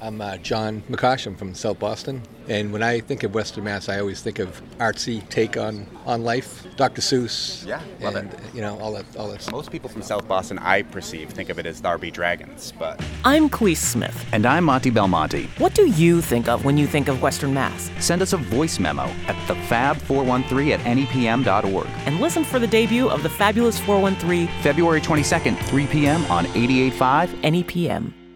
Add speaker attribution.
Speaker 1: I'm uh, John McCosham from South Boston, and when I think of Western Mass, I always think of artsy take on, on life, Dr. Seuss.
Speaker 2: Yeah, love
Speaker 1: and,
Speaker 2: it.
Speaker 1: You know all that all that.
Speaker 2: Most people from South Boston, I perceive, think of it as Darby Dragons, but
Speaker 3: I'm Cleese Smith.
Speaker 4: And I'm Monty Belmonte.
Speaker 3: What do you think of when you think of Western Mass?
Speaker 4: Send us a voice memo at thefab413 at nepm.org.
Speaker 3: And listen for the debut of the fabulous 413 E
Speaker 4: February 22nd, 3 p.m. on 88.5
Speaker 3: NEPM.